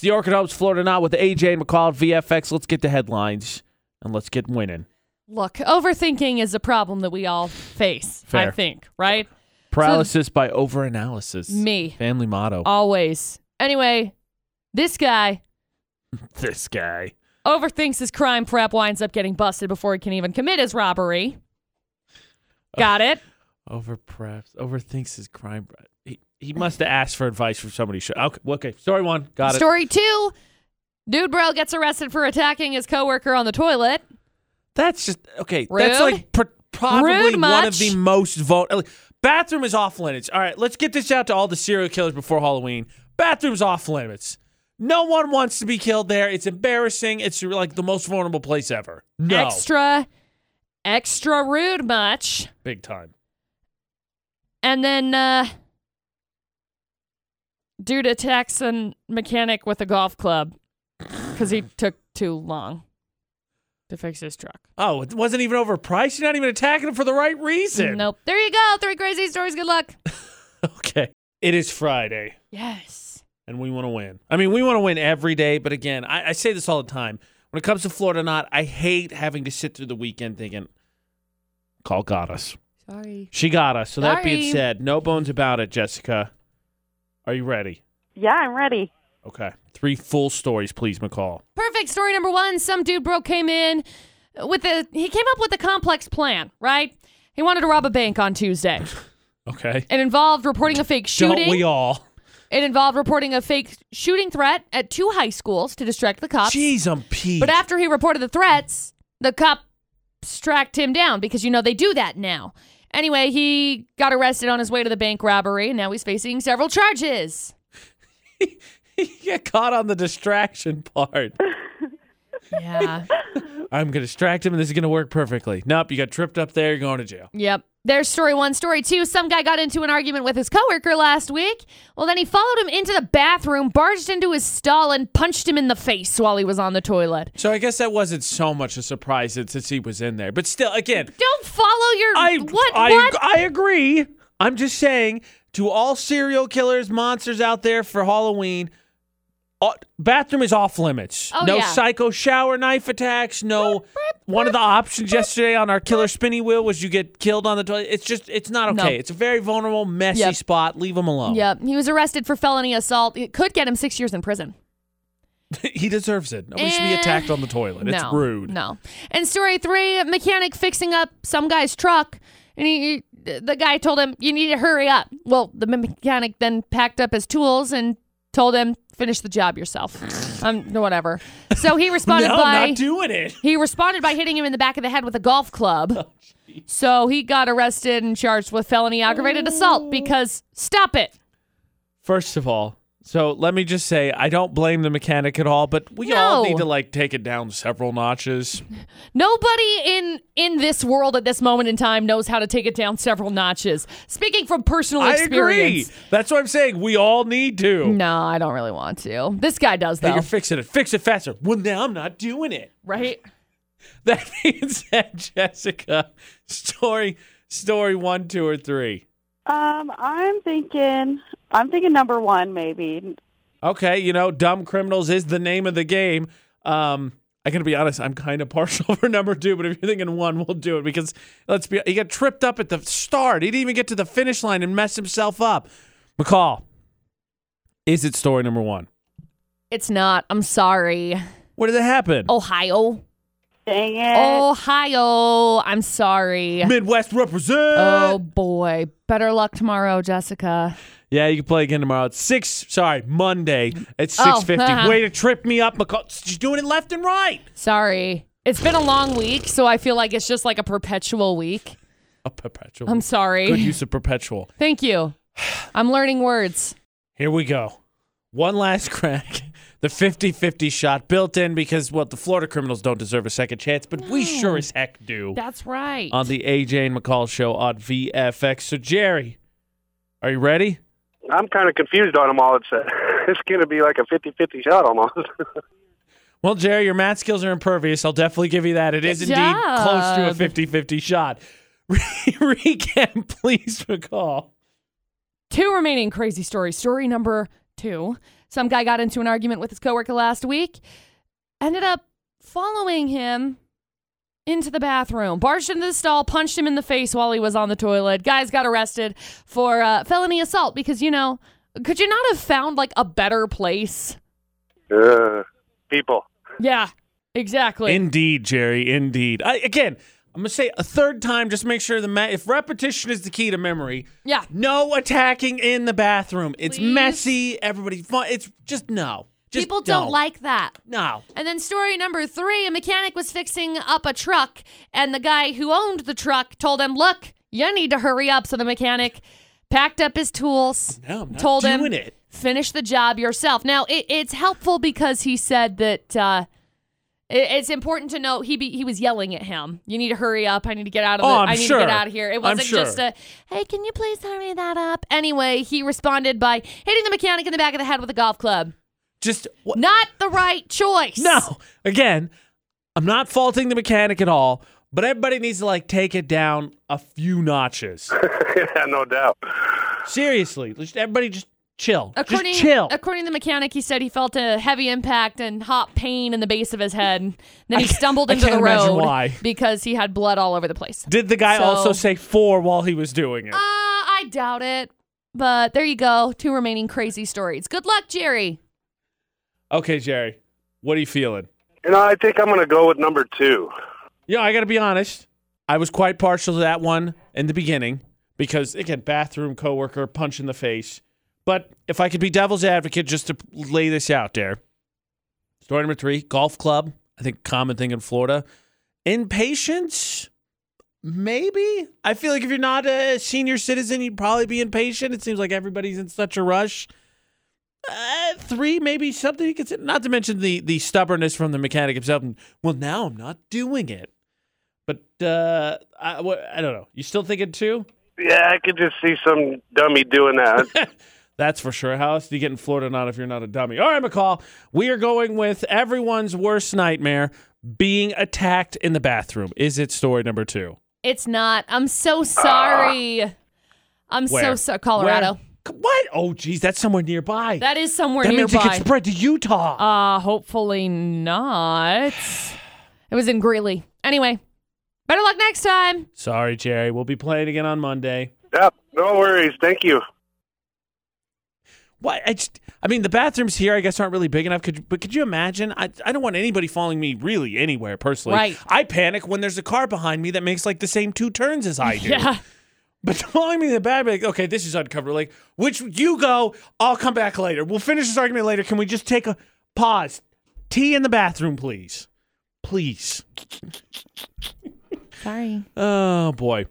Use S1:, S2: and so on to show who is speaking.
S1: the Orchid Homes Florida Knot with AJ McCall at VFX. Let's get the headlines and let's get winning.
S2: Look, overthinking is a problem that we all face, I
S1: Fair.
S2: think, right?
S1: Paralysis by overanalysis.
S2: Me. Oh.
S1: Family motto.
S2: Always. Anyway, this guy
S1: this guy.
S2: overthinks his crime prep, winds up getting busted before he can even commit his robbery. Got it?
S1: Over preps. Overthinks his crime. He, he must have asked for advice from somebody. Sure. Okay, okay. Story one. Got it.
S2: Story two Dude Bro gets arrested for attacking his coworker on the toilet.
S1: That's just okay.
S2: Rude?
S1: That's like pr- probably
S2: Rude
S1: one
S2: much?
S1: of the most vote. like, bathroom is off limits. All right, let's get this out to all the serial killers before Halloween. Bathroom's off limits. No one wants to be killed there. It's embarrassing. It's like the most vulnerable place ever. No,
S2: Extra, extra rude much.
S1: big time.
S2: And then uh, dude attacks a mechanic with a golf club because he took too long to fix his truck.
S1: Oh, it wasn't even overpriced. You're not even attacking him for the right reason.
S2: Nope. There you go. Three crazy stories. Good luck.
S1: Okay. It is Friday.
S2: yes.
S1: and we want to win. I mean, we want to win every day, but again, I, I say this all the time. When it comes to Florida Not, I hate having to sit through the weekend thinking, call got us.
S2: Sorry.
S1: She got us. So that being
S2: Sorry.
S1: said, no bones about it, Jessica. Are you ready?
S3: Yeah, I'm ready.
S1: Okay. Three full stories, please, McCall.
S2: Perfect story number one. Some dude bro came in with a he came up with a complex plan. Right. He wanted to rob a bank on Tuesday.
S1: Okay.
S2: It involved reporting a fake shooting.
S1: Don't we all?
S2: It involved reporting a fake shooting threat at two high schools to distract the cops.
S1: Jeez, I'm peeved.
S2: But after he reported the threats, the cops tracked him down because you know they do that now. Anyway, he got arrested on his way to the bank robbery, and now he's facing several charges.
S1: you get caught on the distraction part.
S2: Yeah.
S1: I'm going to distract him, and this is going to work perfectly. Nope, you got tripped up there. You're going to jail.
S2: yep. There's story one, story two. Some guy got into an argument with his coworker last week. Well, then he followed him into the bathroom, barged into his stall, and punched him in the face while he was on the toilet.
S1: So I guess that wasn't so much a surprise since he was in there. But still, again,
S2: Don't follow your
S1: I
S2: what
S1: I,
S2: what?
S1: I agree. I'm just saying to all serial killers, monsters out there for Halloween, uh, bathroom is off limits.
S2: Oh,
S1: no
S2: yeah.
S1: psycho shower knife attacks. No. One of the options yesterday on our killer spinny wheel was you get killed on the toilet. It's just it's not
S2: No.
S1: okay. It's a very vulnerable, messy
S2: Yep.
S1: spot. Leave him alone.
S2: Yep. He was arrested for felony assault. It could get him six years in prison.
S1: he deserves it. Nobody should be
S2: Eh,
S1: attacked on the toilet. It's
S2: no,
S1: rude.
S2: No. And story three, a mechanic fixing up some guy's truck, and he, the guy told him, "You need to hurry up." Well, the mechanic then packed up his tools and told him, "Finish the job yourself." um, whatever. So he responded
S1: No,
S2: by
S1: not doing it.
S2: he responded by hitting him in the back of the head with a golf club.
S1: Oh,
S2: so he got arrested and charged with felony aggravated
S1: Oh.
S2: assault because stop it.
S1: First of all, so let me just say I don't blame the mechanic at all, but we all
S2: No.
S1: need to like take it down several notches.
S2: Nobody in in this world at this moment in time knows how to take it down several notches. Speaking from personal
S1: I agree.
S2: experience. Mm,
S1: That's what I'm saying. We all need to.
S2: No, I don't really want to. This guy does
S1: Hey,
S2: though,
S1: you're fixing it. Fix it faster. Well, now I'm not doing it.
S2: right?
S1: That being said, Jessica, story story one, two, or three.
S3: Um, I'm thinking, I'm thinking number one maybe.
S1: Okay, you know, dumb criminals is the name of the game. Um, I gotta be honest, I'm kind of partial for number two, but if you're thinking one, we'll do it because let's be. He got tripped up at the start. He didn't even get to the finish line and messed himself up. McCall, is it story number one?
S2: It's not. I'm sorry.
S1: What did that happen?
S2: Oh, Ohio.
S3: Dang it!
S1: Eh.
S2: Oh, Ohio. I'm sorry.
S1: Midwest represent.
S2: Oh boy. Better luck tomorrow, Jessica.
S1: Yeah, you can play again tomorrow. It's six. Sorry, Monday at
S2: Oh,
S1: six fifty.
S2: uh-huh.
S1: Way to trip me up, McCall. She's doing it left and right.
S2: Sorry. It's been a long week, so I feel like it's just like a perpetual week.
S1: A perpetual.
S2: I'm sorry.
S1: Good use of perpetual.
S2: Thank you. I'm learning words.
S1: Here we go. One last crack. The 50 50 shot built in because, well, the Florida criminals don't deserve a second chance, but we sure as heck do
S2: That's right.
S1: on the AJ and McCall show on VFX. So, Jerry, are you ready?
S4: I'm kind of confused on them all. It's uh it's going to be like a 50-50 shot almost.
S1: Well, Jerry, your math skills are impervious. I'll definitely give you that. It is indeed close to a
S2: job.
S1: 50 50 shot. Re- Recap, please, McCall.
S2: Two remaining crazy stories. Story number two. Some guy got into an argument with his coworker last week, ended up following him into the bathroom, barged into the stall, punched him in the face while he was on the toilet. Guys got arrested for uh, felony assault because, you know, could you not have found like a better place?
S4: Ugh. Uh, people.
S2: Yeah, exactly.
S1: Indeed, Jerry. Indeed. I, again, I'm gonna say a third time. Just make sure the ma- if repetition is the key to memory.
S2: yeah.
S1: No attacking in the bathroom. It's
S2: Please.
S1: messy. Everybody fun. It's just no. Just
S2: People don't like that.
S1: no.
S2: And then story number three a mechanic was fixing up a truck, and the guy who owned the truck told him, Look, you need to hurry up. So the mechanic packed up his tools,
S1: No, I'm not
S2: told him,
S1: doing it.
S2: Finish the job yourself. Now, it, it's helpful because he said that. Uh, it- it's important to note he be, he was yelling at him. You need to hurry up. I need to get out of.
S1: Oh,
S2: the,
S1: I'm
S2: I need
S1: sure.
S2: to get out of here. It
S1: I'm
S2: wasn't
S1: sure.
S2: just a hey, can you please hurry that up? Anyway, he responded by hitting the mechanic in the back of the head with a golf club.
S1: Just what?
S2: Not the right choice.
S1: No. Again, I'm not faulting the mechanic at all, but everybody needs to like take it down a few notches.
S4: yeah, no doubt.
S1: Seriously, just- everybody just chill.
S2: According,
S1: just chill.
S2: according to the mechanic, he said he felt a heavy impact and hot pain in the base of his head. And then he
S1: I can't-
S2: stumbled
S1: I
S2: into
S1: can't
S2: the
S1: imagine
S2: road
S1: why.
S2: because he had blood all over the place. Uh,
S1: Did the guy
S2: So-
S1: also say four while he was doing it?
S2: Uh, I doubt it. But there you go. Two remaining crazy stories. Good luck, Jerry.
S1: Okay, Jerry, what are you feeling?
S4: You know, I think I'm going to go with number two.
S1: Yeah, I got to be honest. I was quite partial to that one in the beginning because again, bathroom coworker punch in the face. But if I could be devil's advocate, just to lay this out there. Story number three: golf club. I think common thing in Florida. Impatience, maybe. I feel like if you're not a senior citizen, you'd probably be impatient. It seems like everybody's in such a rush. Uh, three, maybe something you could say. Not to mention the the stubbornness from the mechanic himself. And, well, now I'm not doing it. But uh, I, wha- I don't know. You still thinking two?
S4: Yeah, I could just see some dummy doing that.
S1: That's for sure. How else do you get in Florida not if you're not a dummy? All right, McCall. We are going with everyone's worst nightmare being attacked in the bathroom. Is it story number two?
S2: It's not. I'm so sorry. I'm so
S1: Where?
S2: sorry. Colorado.
S1: Where? What? Oh, geez, that's somewhere nearby.
S2: That is somewhere
S1: That means it
S2: nearby.
S1: could spread to Utah.
S2: Uh, hopefully not. It was in Greeley. Anyway, better luck next time.
S1: Sorry, Jerry. We'll be playing again on Monday.
S4: yep, no worries. Thank you.
S1: Why? I just, I mean, the bathrooms here, I guess, aren't really big enough. Could, you- but could you imagine? I, I don't want anybody following me really anywhere personally.
S2: Right.
S1: I panic when there's a car behind me that makes like the same two turns as I do.
S2: Yeah.
S1: But following me in the back, be like, okay, this is uncovered. Like, which you go, I'll come back later. We'll finish this argument later. Can we just take a pause? Tea in the bathroom, please. Please.
S2: Sorry.
S1: Oh boy.